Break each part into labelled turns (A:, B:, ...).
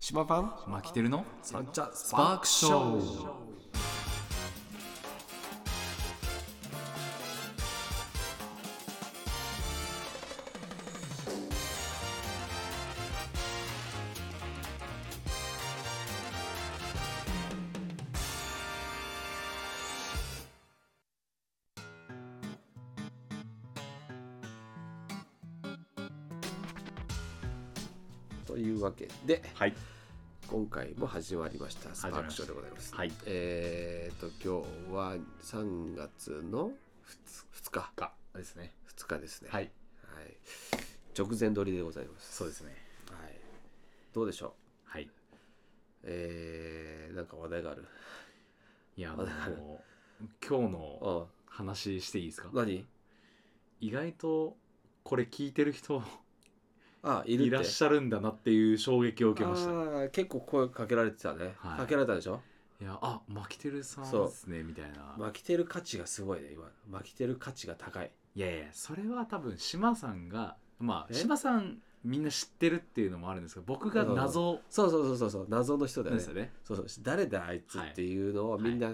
A: 島パン
B: マキテルの
A: サンチャ
B: ス
A: ス
B: パ
A: パ
B: ー
A: ー
B: ク
A: ク
B: シ
A: シ
B: ョ
A: ョ
B: ー
A: ーというわけで
B: はい
A: 今回も始まりましたスパークショーでございます。
B: はい
A: えっ、と今日は3月の 2, 日
B: がですね
A: 2日ですね。、
B: はいい
A: はい。直前撮りでございます。
B: そうですね
A: はい。どうでしょ。
B: はいう
A: えー、なんか話題がある。
B: いやあ
A: わかる
B: の今日の
A: あ、
B: 話していいですか
A: 何？
B: 意外とこれ聞いてる人
A: あ、いるって。
B: いらっしゃるんだなっていう衝撃を受けました
A: あー結構声かけられてたね。
B: はい
A: かけられたでしょ。
B: いやあマキテルさん
A: そう
B: ですねみたいな
A: 巻きてる価値がすごいね今。巻きてる価値が高い。
B: いやいやそれは多分島さんがまあ
A: え
B: 島さんみんな知ってるっていうのもあるんですけど僕が謎
A: そうそうそうそうそう謎の人だ
B: なん
A: よ
B: で
A: ね
B: す。よね
A: そうそう誰だあいつっていうのをみんな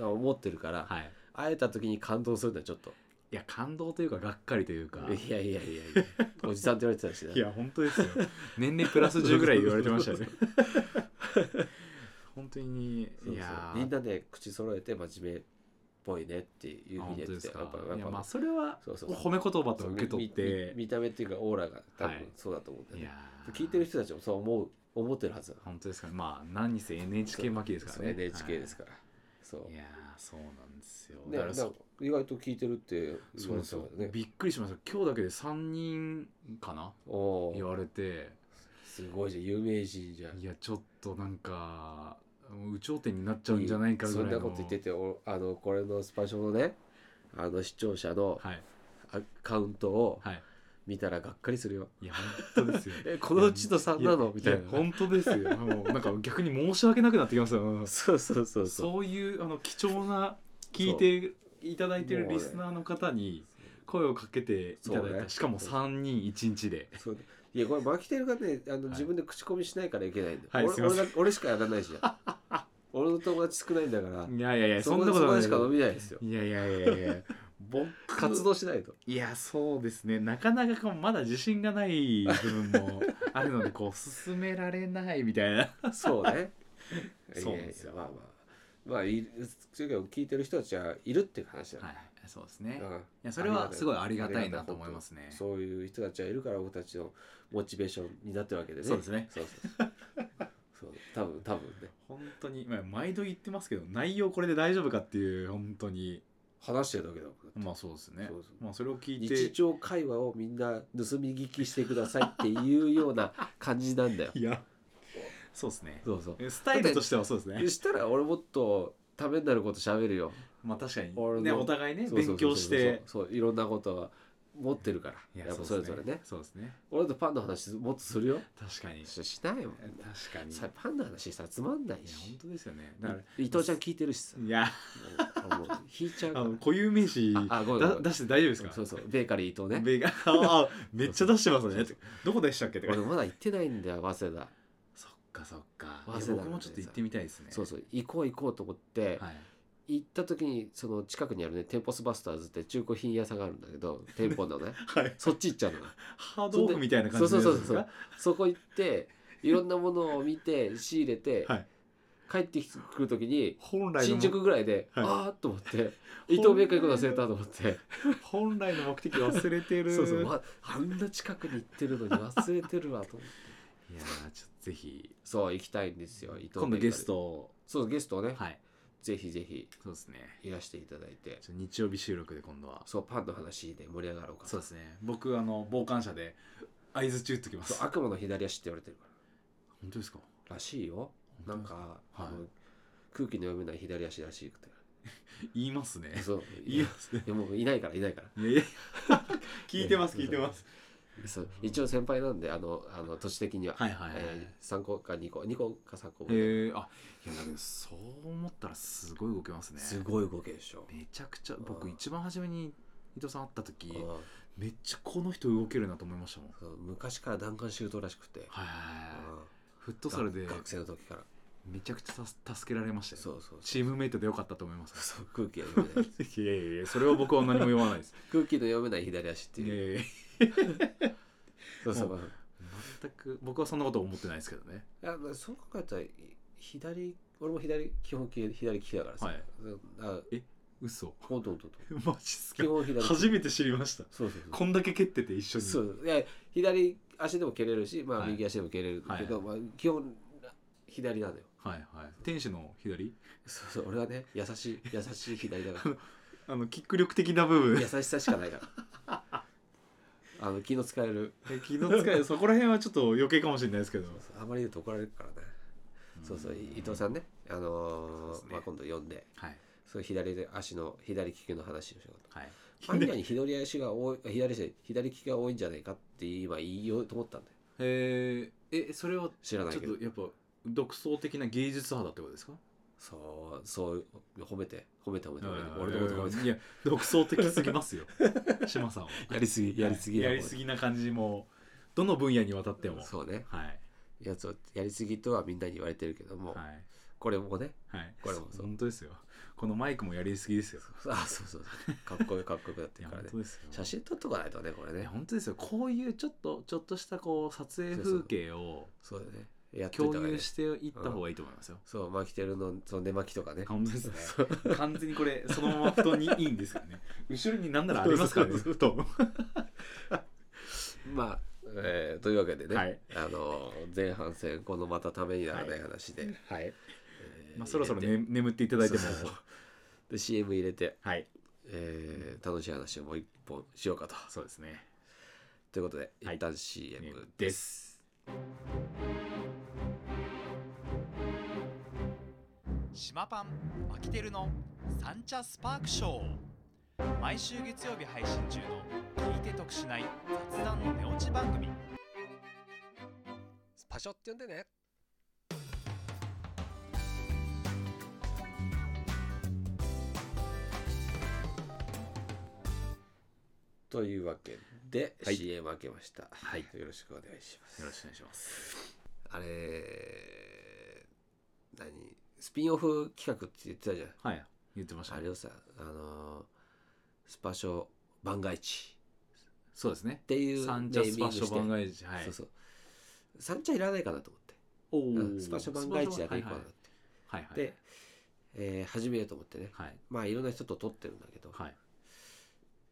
A: 思ってるから、
B: はい
A: 会えた時に感動するんだよちょっと
B: いや感動というかがっかりというか
A: いやいやいやいやおじさんって言われてたしね
B: いや本当ですよ年齢プラス10ぐらい言われてましたよね 本当に
A: そうそう
B: いやー
A: みんなで口揃えて真面目っぽいねっていう
B: あ
A: ふう
B: 本
A: に
B: 当
A: やっ
B: で
A: て
B: す
A: て
B: か
A: やっぱやっ
B: いや
A: ぱ
B: まあそれは
A: そうそう
B: 褒め言葉と
A: そう
B: 受け取っ
A: み
B: て
A: み見た目っていうかオーラが多
B: はい
A: 分そうだと思うんだよ
B: い
A: ね、
B: やー
A: 聞いてる人たちもそう思う思ってるはずだ
B: 本当ですかまあ何にせ NHK 巻きですから
A: そう
B: ね
A: NHK ですから、そう
B: はいいやーそうなんですよ
A: ね
B: だから
A: なん
B: そ
A: か意外と聞いてるって言
B: そ
A: わ
B: う
A: れてた
B: そ
A: か
B: う
A: らね
B: びっくりしました今日だけで3人かな
A: おー
B: 言われて
A: すごいじゃん有名人じゃん
B: いやちょっとなんかもう有頂天になっちゃうんじゃないかぐらいの
A: そんなこと言ってておあのこれのスパショのねあの視聴者の
B: はい
A: アカウントを
B: はい
A: 見たらがっかりするよ、
B: いや本当ですよ
A: えこのうちの3なの みたい
B: や
A: な
B: 本当ですよもうなんか逆に申し訳なくなってきましたよ
A: そうそうそうそう
B: そういうあの貴重な聞いていただいてるリスナーの方に声をかけていただい
A: そう
B: た、
A: ね
B: しかも3人1日で
A: そういやこれマキテルがねあの、
B: い
A: 自分で口コミしないからいけないんだよ、
B: はいすい
A: 俺
B: ませ
A: 俺だ俺しかや らないじゃん俺の友達少ないんだから
B: いやいやいやそんなこ
A: そ
B: と
A: こ
B: な
A: で
B: い
A: しか伸びないですよ
B: いやいやいやいや僕
A: 活動しないと
B: いやそうですねなかなかこうまだ自信がない部分もあるのでこう進められないみ たいな
A: そうね
B: そうなんですよ
A: いやいやまあまあまあいるというか聞いてる人たちはいるっていう話だよ、
B: はいそうですね
A: うん
B: いやそれはすごいありがたいなと思いますね
A: そういう人たちがいるから僕たちのモチベーションになってるわけでね
B: そうですね
A: そうそうそうそう多分多分ね
B: 本当にまあ毎度言ってますけど内容これで大丈夫かっていう本当に
A: 話してるだけだもん
B: まあそうですね
A: そうそう
B: まあそれを聞い
A: 日
B: て
A: 常会話をみんな盗み聞きしてくださいっていうような感じなんだよ
B: いやそうですね
A: そうそう
B: えスタイルとしてはそうですね
A: そしたら俺もっとためになること喋るよ
B: まあ確かに
A: 俺
B: ね
A: の
B: お互いね
A: そうそうそ
B: 勉強
A: うそう
B: して
A: そういろんなことは持ってるから
B: い
A: やっぱそれぞれね
B: そうですね
A: 俺とパンの話もっとするよ
B: 確かに
A: ししないもん
B: え確かにい
A: さ
B: や
A: パンの話したらつまんない
B: 本
A: し
B: 当ですよねだから
A: 伊藤ちゃん聞いてるしさ
B: いや
A: もうもう引いちゃ
B: あ
A: うから
B: の固有名詞
A: ああごめんご
B: だ
A: めん
B: 出して大丈夫ですか
A: そうそうベーカリー伊藤ね
B: ベガああめっちゃ出してますね
A: そうそう
B: どこでしたっけとか
A: 俺まだ行ってないんだよ早稲田
B: そっかそっかい
A: 早
B: や
A: 稲田
B: 僕もちょっと行ってみたいですね
A: そうそう行こう行こうと思って、
B: はい
A: 行った時にその近くにあるねテンポスバスターズって中古品屋さんがあるんだけど店舗のね
B: はい
A: そっち行っちゃうのよ
B: ハードオフみたいな感じのやつです
A: そうそうそう
B: か
A: そこ行っていろんなものを見て仕入れて、
B: はい
A: 帰ってくる時に
B: 本来の
A: 新宿ぐらいで、
B: はい
A: あーっと思って伊藤ベーカリー行くの忘れたと思って
B: 本来の目的忘れてる
A: そうそうわあんな近くに行ってるのに忘れてるわと思って
B: いやーちょっとぜひ
A: そう行きたいんですよ伊藤ベーカリー
B: 今度ゲストを
A: そうゲストをね、
B: はい
A: ぜひぜひ
B: そうですね
A: いらしていただいて
B: ちょっと日曜日収録で今度は
A: そうパンの話で盛り上がろうか
B: そうですね僕あの傍観者で合図中打っときます
A: そう悪魔の左足って言われてるか
B: 本当ですから
A: らしいよなんか、
B: はい
A: あの空気の読めない左足らしくて
B: 言いますね
A: そうい
B: 言い
A: や
B: ますね
A: いやもういないからいないから
B: いやいや聞いてます聞いてます
A: そう一応先輩なんであのあの年的には、
B: はいはいはい
A: えー、3個か2個2個か3個、
B: へえあいやだけどそう思ったらすごい動けますね
A: すごい動きでしょ、
B: めちゃくちゃ
A: うん
B: 僕一番初めに伊藤さん会った時
A: うん
B: めっちゃこの人動けるなと思いましたもん
A: そう昔から弾丸シュートらしくて、
B: はいはいはい
A: うん
B: フットサルで
A: 学生の時から
B: めちゃくちゃたす助けられましたよ
A: そうそう
B: チームメイトでよかったと思います
A: そう空気が読め ない
B: いやいやいやそれは僕は何も言わないです
A: 空気の読めない左足って
B: いや
A: いう
B: いやいや
A: そうそう
B: 全く僕はそんなこと思ってないですけどね
A: いやそう考えたら左俺も左基本左利きだからさ、
B: はい
A: あ
B: 嘘
A: ほんとほんと
B: マジっすか
A: 基本左利き
B: 初めて知りました
A: そうそうそう
B: こんだけ蹴ってて一緒に
A: そういや左足でも蹴れるし、まあ、
B: はい
A: 右足でも蹴れるけど、まあ、基本左なのよ
B: はいはい天使の左
A: そうそう俺はね優しい優しい左だから
B: あのキック力的な部分
A: 優しさしかないからあの気の使える
B: え気の使いそこら辺はちょっと余計かもしれないですけど
A: あまり言うと怒られるからね、そうそう伊藤さんね、あの
B: そうで
A: ー
B: すね
A: まあ、今度呼んで
B: はい
A: そう左で足の左利きの話をしようと
B: はい
A: アンニャに左足が多いあ左足左利きが多いんじゃないかって今言おうと思ったんだよ
B: えー、えそれは
A: 知らない
B: ちょっ
A: けど
B: とやっぱ独創的な芸術派だってことですか
A: そうそう褒めて褒めて褒めて褒めて俺のこと褒めて
B: いや独創的すぎますよ島さんは
A: やりすぎやりすぎ
B: やりすぎな感じもどの分野にわたっても
A: そうね
B: はい
A: やつをやりすぎとはみんなに言われてるけども、
B: はい
A: これもね
B: はい
A: これもそう
B: 本当ですよこのマイクもやりすぎですよ
A: あそうそうかっこよかっこよくな
B: い
A: って
B: や
A: る
B: 本
A: からね
B: 当ですよ
A: 写真撮っとかないとねこれ
B: い
A: ね
B: や本当ですよこういうちょっとちょっとしたこう撮影風景を
A: そうだねやっとい
B: 共
A: た方がいい
B: 有
A: ね
B: していった方がいいと思いますよ
A: そう巻きてるのその寝巻きとかね
B: 本当ですね
A: そう
B: 完全にこれそのまま布団にいいんですよね後ろになんならありますからね
A: そ
B: 布団
A: まあ、えーというわけでね、
B: はい
A: あの前半戦このまたためにならない話で、
B: はい
A: えー
B: まあそろそろ、
A: 入れて
B: ね、眠っていただいても
A: そうそうそうで CM 入れて、
B: はい
A: えー楽しい話をもう一本しようかと
B: そうですね
A: ということで
B: はい
A: 一旦 CM
B: で
A: です、
B: す
C: 島パンマキテルの三茶スパークショー毎週月曜日配信中の聞いて得しない雑談の寝落ち番組
A: パショって呼んでねというわけで、
B: はい
A: CM 開けました、
B: はいよ
A: よろしくお願いします
B: ろしくお願いします
A: あれ何スピンオフ企画って言ってたじゃん
B: はい言ってました
A: あ
B: ね
A: れをさあのースパショ番外地
B: そうですね
A: っていう
B: 三
A: ネ
B: 茶
A: ーミン
B: ス
A: グ
B: パ
A: し
B: シ
A: て
B: ョ番外地はい
A: そうそう三茶いらないかなと思って
B: お
A: うん
B: ー
A: スパショ番外地だけ
B: はい
A: 行こ
B: は
A: うか
B: い
A: なって、
B: はいはい
A: で、えー始めようと思ってね
B: はい
A: まあいろんな人と撮ってるんだけど、
B: はい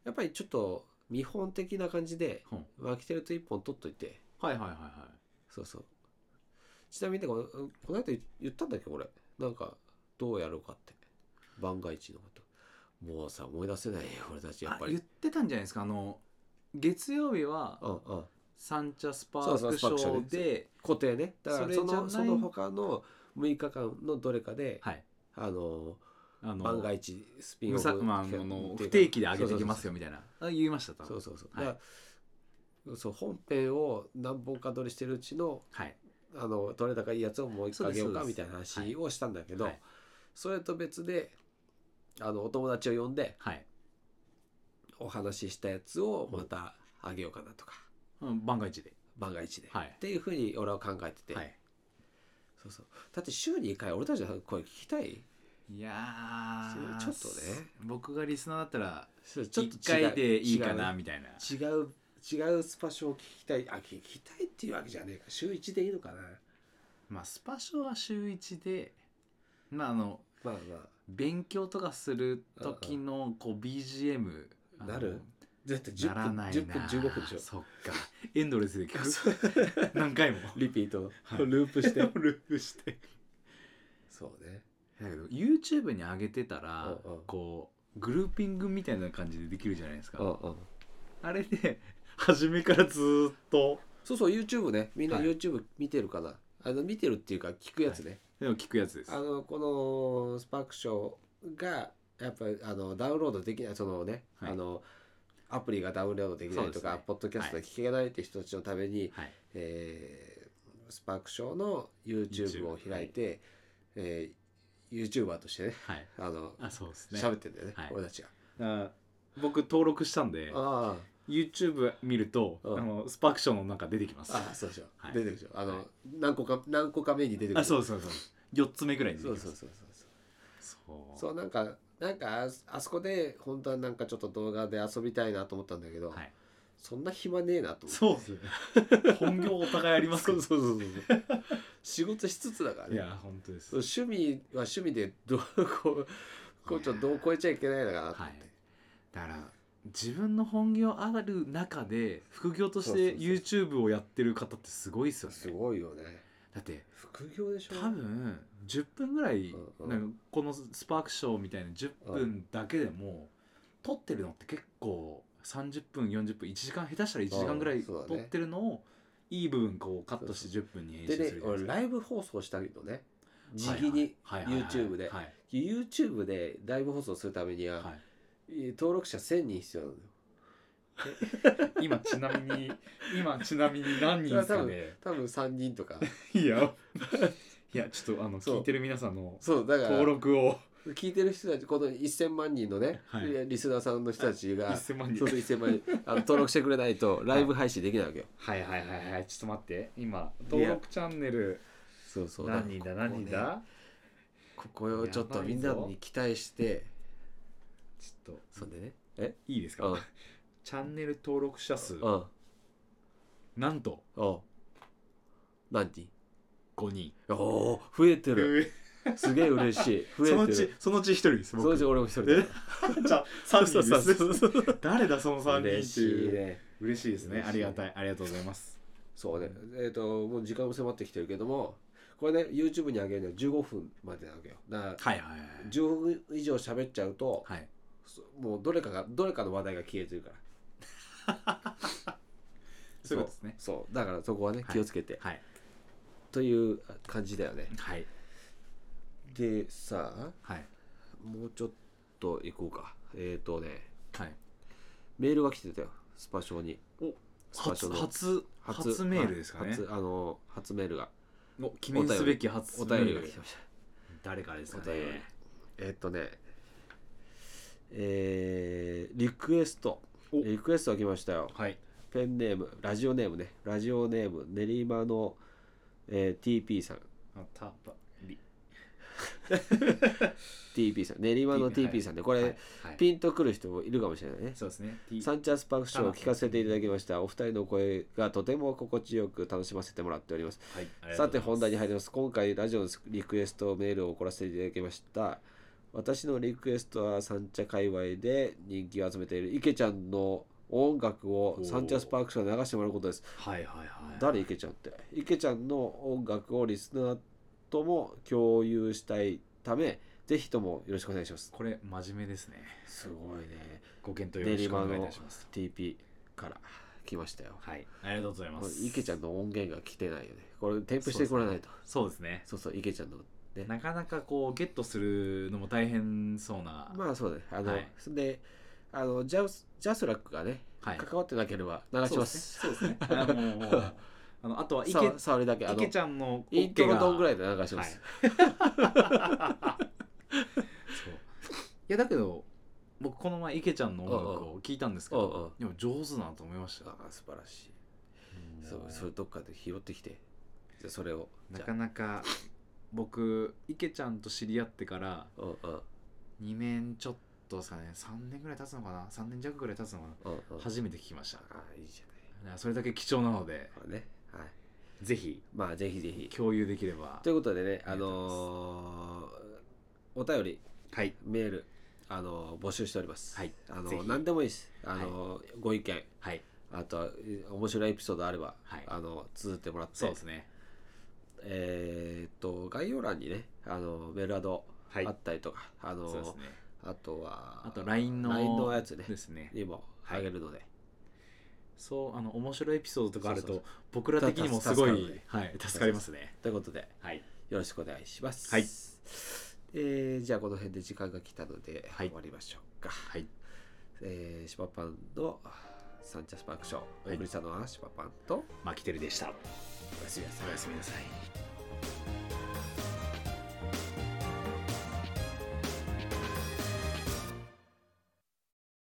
A: やっぱりちょっと見本的な感じで
B: ほん
A: マキテルと一本撮っといて
B: はいはいはいはい
A: そうそうちなみにねこのこの間言ったんだっけこれなんかどうやろうかって番外地のこともうさ思い出せないよ俺たちやっぱ
B: あ言っ
A: り
B: てたんじゃないですかあの月曜日は
A: うんうん
B: 三茶スパ
A: そう
B: ー
A: そう
B: ク
A: ス
B: シ
A: パー
B: ョ
A: クショー
B: ーで
A: 固定ねだから
B: それ
A: そ
B: じゃな
A: の
B: い
A: その他の6日間のどれかで、
B: はい
A: あの
B: あの
A: 万が一スピンオ
B: む
A: フ
B: さまああ
A: 企画
B: の
A: っていう
B: 不
A: か
B: 定期で上げていきますよ
A: そう
B: みたいなあ言いました多分
A: そうそうそう
B: は
A: そう
B: い
A: だからそう本編を何本か撮りしてるうちの
B: はい
A: あの撮れ高いいやつをもう一
B: そ
A: 回
B: う
A: あ
B: です
A: げようか
B: そう
A: み
B: です
A: たいな話をしたんだけど、
B: はい
A: それと別であのお友達を呼んで
B: はい
A: お話ししたやつをまたあげようかなとか
B: うん万が一で
A: 万が一で、
B: はい
A: っていうふうに俺は考えてて、
B: はい
A: そうそうだって週に1回俺たちの声聞きたい
B: いやー
A: ちょっとね
B: 僕がリスナーだったら
A: そうちょっと
B: 一回でいいか
A: 違う
B: なみたいな
A: 違う違うスパショを聞きたいあ聞きたいっていうわけじゃねえか週1でいいのかな
B: まあスパショーは週一でまああの
A: まあまあ
B: 勉強とかする時のこう BGM あの
A: なるだって
B: なら
A: 10分
B: ないな
A: 10分15分でしょ
B: そっかエンドレスで聞く何回も
A: リピート、
B: はい
A: ループして
B: ループして
A: そうね
B: だけど YouTube に上げてたら
A: うんうん
B: こうグルーピングみたいな感じでできるじゃないです
A: うんう
B: か
A: ん
B: あれで 初めからずーっと
A: そうそう YouTube ねみんな
B: はい
A: YouTube 見てるかな、あの見てるっていうか聞くやつね、
B: でも聞くやつです
A: あのこのスパークショーがやっぱりあのダウンロードできないそのね、
B: はい
A: あのアプリがダウンロードできない
B: そうで
A: と
B: す
A: か、
B: ね
A: ポッドキャストで聞けないって人たちのために、
B: はい
A: えースパークショーの YouTube を開いて、えー、YouTuber としてね
B: はい
A: あの
B: あそうですね
A: 喋ってんだよね、
B: はい
A: 俺たちが。
B: あ僕登録したんで
A: ああ
B: YouTube 見ると、
A: うん
B: あのスパークショーの中出てきます
A: あそうでしょ、
B: はい
A: 出てるでしょあの、
B: はい
A: 何個か何個か目に出てくる
B: あそううそうそう4つ目ぐらいに出てき
A: そう
B: ます
A: そう
B: そう
A: そうそうそうなんかなんかああそこで本当はなんかちょっと動画で遊びたいなと思ったんだけど、
B: はい
A: そんな暇ねえなと思って
B: そうっすね 本業お互いありますけ
A: そ
B: ど
A: うそうそうそう仕事しつつだから
B: い
A: ね
B: や本当です
A: 趣味は趣味でどうこうこうちょっとどう超えちゃいけないのかなと
B: は
A: 思っ
B: い
A: て、
B: だから自分の本業ある中で副業とし
A: そうそう
B: て
A: そう
B: YouTube をやってる方ってすごいですよね
A: すごいよね
B: だって
A: 副業でしょ
B: 多分10分ぐらい
A: うんうん
B: なんかこのスパークショーみたいな10分だけでも撮ってるのって結構30分40分1時間下手したら1時間ぐら
A: う
B: い
A: んそうだ
B: 撮
A: ね
B: ってるのをいい部分こうカットして10分に編集
A: です
B: る
A: ね
B: じゃない
A: 俺
B: すか
A: ライブ放送したけどね直に、
B: はいはいはいはい
A: YouTube で
B: はい
A: YouTube でライブ放送するためには、
B: はい
A: 登録者1000人必要なのよ
B: 今ちなみに今ちなみに何人ですかね
A: 多分3人とか
B: いや いやちょっとあの
A: そう
B: 聞いてる皆さんの
A: そうだから
B: 登録を
A: 聞いてる人たちこの1000万人のね、
B: はい
A: リスナーさんの人たちが
B: 1000万人
A: そうそう1000万人あの登録してくれないとライブ配信できないわけよ、
B: はいはいはいはいちょっと待って今
A: い
B: 登
A: や
B: 録チャンネル
A: そうそう
B: 何人だ
A: から
B: 何人だ
A: ここをちょっとみんなに期待して
B: ちょっ
A: そ
B: と
A: んでねえ
B: いいです
A: うん
B: かチャンネル登録者数
A: うん
B: なんと
A: うん何人
B: 5人
A: おお増えてる
B: え
A: すげえ嬉しい
B: ーそのう
A: 増えて
B: ち
A: る
B: そのうち1人です
A: そのう
B: 僕
A: ち
B: じ
A: 俺も一人 だ
B: ゃ3人で
A: そうそうそう
B: す誰だその3人っていう
A: 嬉しいね
B: 嬉しいですね
A: 嬉しい
B: ありがたいありがとうございます
A: そうねえっ、ともう時間も迫ってきてるけどもこれね YouTube に上げるのは15分までなわけよだから
B: はいはいはい
A: 15分以上喋っちゃうと、
B: はい
A: そもうどれかがどれかの話題が消えてるから
B: そういうことですね
A: そうだからそこはね
B: はい
A: 気をつけて、
B: はい
A: という感じだよね
B: はい
A: でさあ
B: はい
A: もうちょっと行こうかえっ、とね
B: はい
A: メールが来てたよスパショーに
B: お
A: スパショ
B: 初
A: ーの
B: 初初メールですかね
A: 初あの初メールが
B: お記念すべき初
A: お
B: メ
A: 便
B: ー
A: りが
B: ル
A: 来てました
B: 誰からですか
A: お便り
B: ね
A: えっとねえーリクエスト
B: お
A: リクエストが来ましたよ
B: はい
A: ペンネームラジオネームねラジオネーム練馬の、えー TP さん
B: あたばり
A: TP さん練馬の TP さんで、これ、
B: はいはい
A: ピンとくる人もいるかもしれないね
B: そうですね T
A: サンチャスパークショーを聞かせていただきましたお二人の声がとても心地よく楽しませてもらっております
B: はいありが
A: さ
B: と
A: て
B: うご
A: 本
B: ざ
A: 題
B: います
A: に入ります今回ラジオのリクエストメールを送らせていただきました私のリクエストは三茶界隈で人気を集めている池ちゃんの音楽を
B: おー
A: 三茶スパークショーで流してもらうことです
B: はいはいはい
A: 誰池ちゃんって池ちゃんの音楽をリスナーとも共有したいためぜひともよろしくお願いします
B: これ真面目ですね
A: すごいね
B: ご検討よろしくお願いいたします
A: TP から来ましたよ
B: はいありがとうございま
A: こ
B: す
A: れ池ちゃんの音源が来てないよねこれ添付してこらないと
B: そうですね
A: そうそう池ちゃんのね
B: なかなかこうゲットするのも大変そうな
A: まあそうだねあの、
B: はい
A: そんであのジャスジャスラックがね、
B: はい
A: 関わってなければ流します
B: そうですねそうですねあのあのあとは池
A: さ触りだけあの
B: 池ちゃんの
A: イントロどんぐら
B: い
A: いで流します、
B: そういやだけど僕この前池ちゃんの音楽を聞いたんですけ
A: うんうんうん
B: ど
A: うん
B: でも上手だなと思いました
A: ああ素晴らしいそうそれどっかで拾ってきてじゃあそれを
B: な
A: じゃ
B: かなか僕池ちゃんと知り合ってから
A: あうんうん
B: 2年ちょっとですかね3年ぐらい経つのかな3年弱ぐらい経つのかな
A: うんうん
B: 初めて聞きました
A: ああいいじゃ
B: だからそれだけ貴重なので
A: ないまあねはい
B: ぜひ
A: まあぜひぜひ
B: 共有できれば
A: ということでね
B: あ
A: あ
B: りがとう
A: のーお便り
B: はい
A: メールあのー募集しております
B: はい
A: あの
B: ぜ
A: ー
B: ひ
A: 何でもいいですあのー、ご意見
B: はい
A: あとはえ面白いエピソードあれば、
B: はい
A: あの綴ってもらって
B: そうですね
A: えーっと概要欄にねあのメールアド
B: はい
A: あったりとか、あ
B: そうです
A: の
B: ね
A: あとは
B: あと LINE の
A: LINE のやつね
B: ですね
A: にもあげるので、
B: そうあの面白いエピソードとかある
A: そうそ
B: と僕ら的にもすご
A: 助かる
B: い
A: ね
B: はい助かりますね
A: ということで
B: はい
A: よろしくお願いします、
B: はい
A: えーじゃあこの辺で時間が来たので、
B: はい
A: 終わりましょうか、
B: はい
A: えー、シパパンのサンチャスパークショーお送りしたのはシパパンと、
B: マキテルでした
A: おやすみなさい
B: おやすみなさい